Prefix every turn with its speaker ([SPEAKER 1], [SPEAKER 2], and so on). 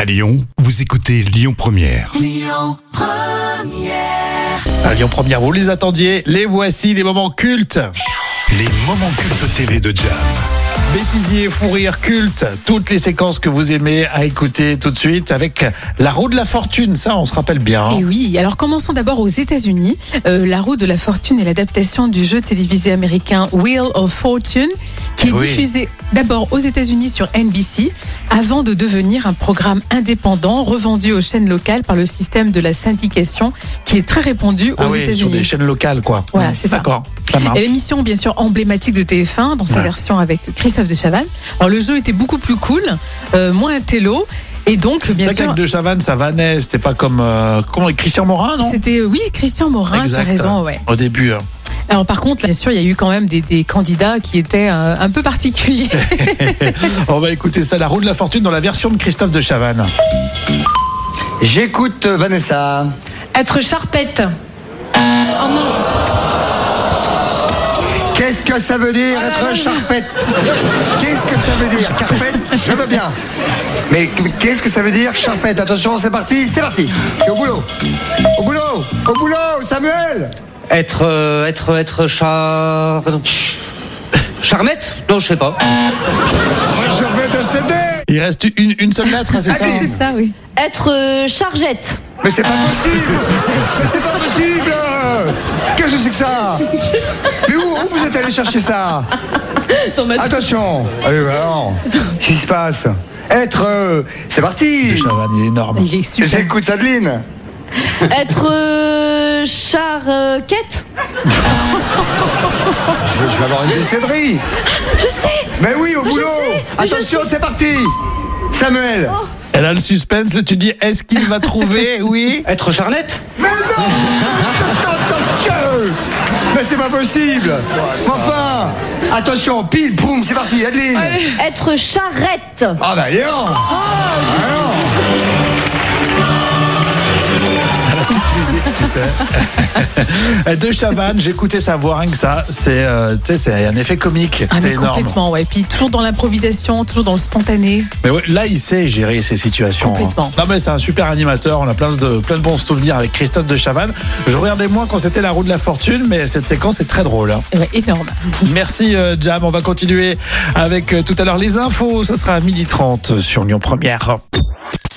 [SPEAKER 1] À Lyon, vous écoutez Lyon Première.
[SPEAKER 2] À Lyon Première, vous les attendiez. Les voici, les moments cultes.
[SPEAKER 1] Les moments cultes TV de Jam.
[SPEAKER 2] Bêtisier, fou rire, culte. Toutes les séquences que vous aimez à écouter tout de suite avec la roue de la fortune. Ça, on se rappelle bien. hein.
[SPEAKER 3] Et oui, alors commençons d'abord aux États-Unis. Euh, la roue de la fortune est l'adaptation du jeu télévisé américain Wheel of Fortune, qui est
[SPEAKER 2] Eh oui.
[SPEAKER 3] diffusé d'abord aux États-Unis sur NBC, avant de devenir un programme indépendant revendu aux chaînes locales par le système de la syndication, qui est très répandu
[SPEAKER 2] Ah
[SPEAKER 3] aux
[SPEAKER 2] oui, sur des
[SPEAKER 3] États-Unis.
[SPEAKER 2] chaînes locales, quoi. Mmh.
[SPEAKER 3] Voilà, c'est ça.
[SPEAKER 2] D'accord, ça marche.
[SPEAKER 3] Et Émission bien sûr emblématique de TF1 dans sa
[SPEAKER 2] Ouais.
[SPEAKER 3] version avec Christophe de Chavannes. Alors le jeu était beaucoup plus cool, euh, moins télo, et donc bien
[SPEAKER 2] C'est vrai
[SPEAKER 3] sûr
[SPEAKER 2] qu'avec De Chavannes, ça vannait. C'était pas comme. euh, comment Christian Morin, non
[SPEAKER 3] c'était euh, oui Christian Morin, tu as
[SPEAKER 2] Exact.
[SPEAKER 3] raison, ouais.
[SPEAKER 2] Au début. hein.
[SPEAKER 3] Alors par contre, bien sûr, il y a eu quand même des, des candidats qui étaient euh, un peu particuliers.
[SPEAKER 2] On va écouter ça, la roue de la fortune dans la version de Christophe de Chavannes.
[SPEAKER 4] J'écoute euh, Vanessa.
[SPEAKER 5] Être charpette. Oh mince.
[SPEAKER 4] Qu'est-ce que ça veut dire être charpette Qu'est-ce que ça veut dire Carpette, je veux bien. Mais qu'est-ce que ça veut dire charpette Attention, c'est parti, c'est parti. C'est au boulot. Au boulot, au boulot, Samuel
[SPEAKER 6] Être, euh, être, être char... Charmette Non, je sais pas.
[SPEAKER 4] Je vais te céder
[SPEAKER 2] Il reste une, une seule lettre, hein, c'est ça
[SPEAKER 3] Ah, C'est ça, oui.
[SPEAKER 5] Être euh, chargette.
[SPEAKER 4] Mais c'est pas possible Mais c'est pas possible Qu'est-ce que c'est que ça Mais où, où vous êtes allé chercher ça Attention Allez, alors, qu'est-ce qui se passe Être. euh, C'est
[SPEAKER 2] De
[SPEAKER 4] parti
[SPEAKER 2] Chavannes, il est énorme.
[SPEAKER 3] Il est super.
[SPEAKER 4] J'écoute Adeline
[SPEAKER 5] Être euh, charquette.
[SPEAKER 4] Je vais, je vais avoir une décédrie.
[SPEAKER 5] Je sais.
[SPEAKER 4] Mais oui, au
[SPEAKER 5] Mais je
[SPEAKER 4] boulot.
[SPEAKER 5] sais, Oh. mais je
[SPEAKER 4] Attention, c'est parti. Samuel.
[SPEAKER 2] Elle a le suspense, là, tu dis est-ce qu'il va trouver Oui.
[SPEAKER 6] Être Charlette
[SPEAKER 4] Mais non Je t'entends que- Mais c'est pas possible. Enfin, attention, pile, poum, c'est parti, Adeline.
[SPEAKER 5] Être charrette.
[SPEAKER 4] Ah bah, non.
[SPEAKER 5] Ah,
[SPEAKER 2] Petite musique, tu sais. Eh, de Chavannes, j'écoutais sa voix, rien que ça. C'est euh, tu sais, c'est un effet comique.
[SPEAKER 3] Ah, mais
[SPEAKER 2] c'est énorme.
[SPEAKER 3] complètement, ouais. Puis toujours dans l'improvisation, toujours dans le spontané.
[SPEAKER 2] Mais ouais, là, il sait gérer ces situations. hein.
[SPEAKER 3] Complètement.
[SPEAKER 2] Non, mais c'est un super animateur. On a plein de, plein de bons souvenirs avec Christophe de Chavannes. Je regardais moins quand c'était la roue de la fortune, mais cette séquence est très drôle. hein.
[SPEAKER 3] Et ouais, énorme.
[SPEAKER 2] Merci euh, Jam, on va continuer avec euh, tout à l'heure les infos, ça sera à 12h30 sur Lyon Première.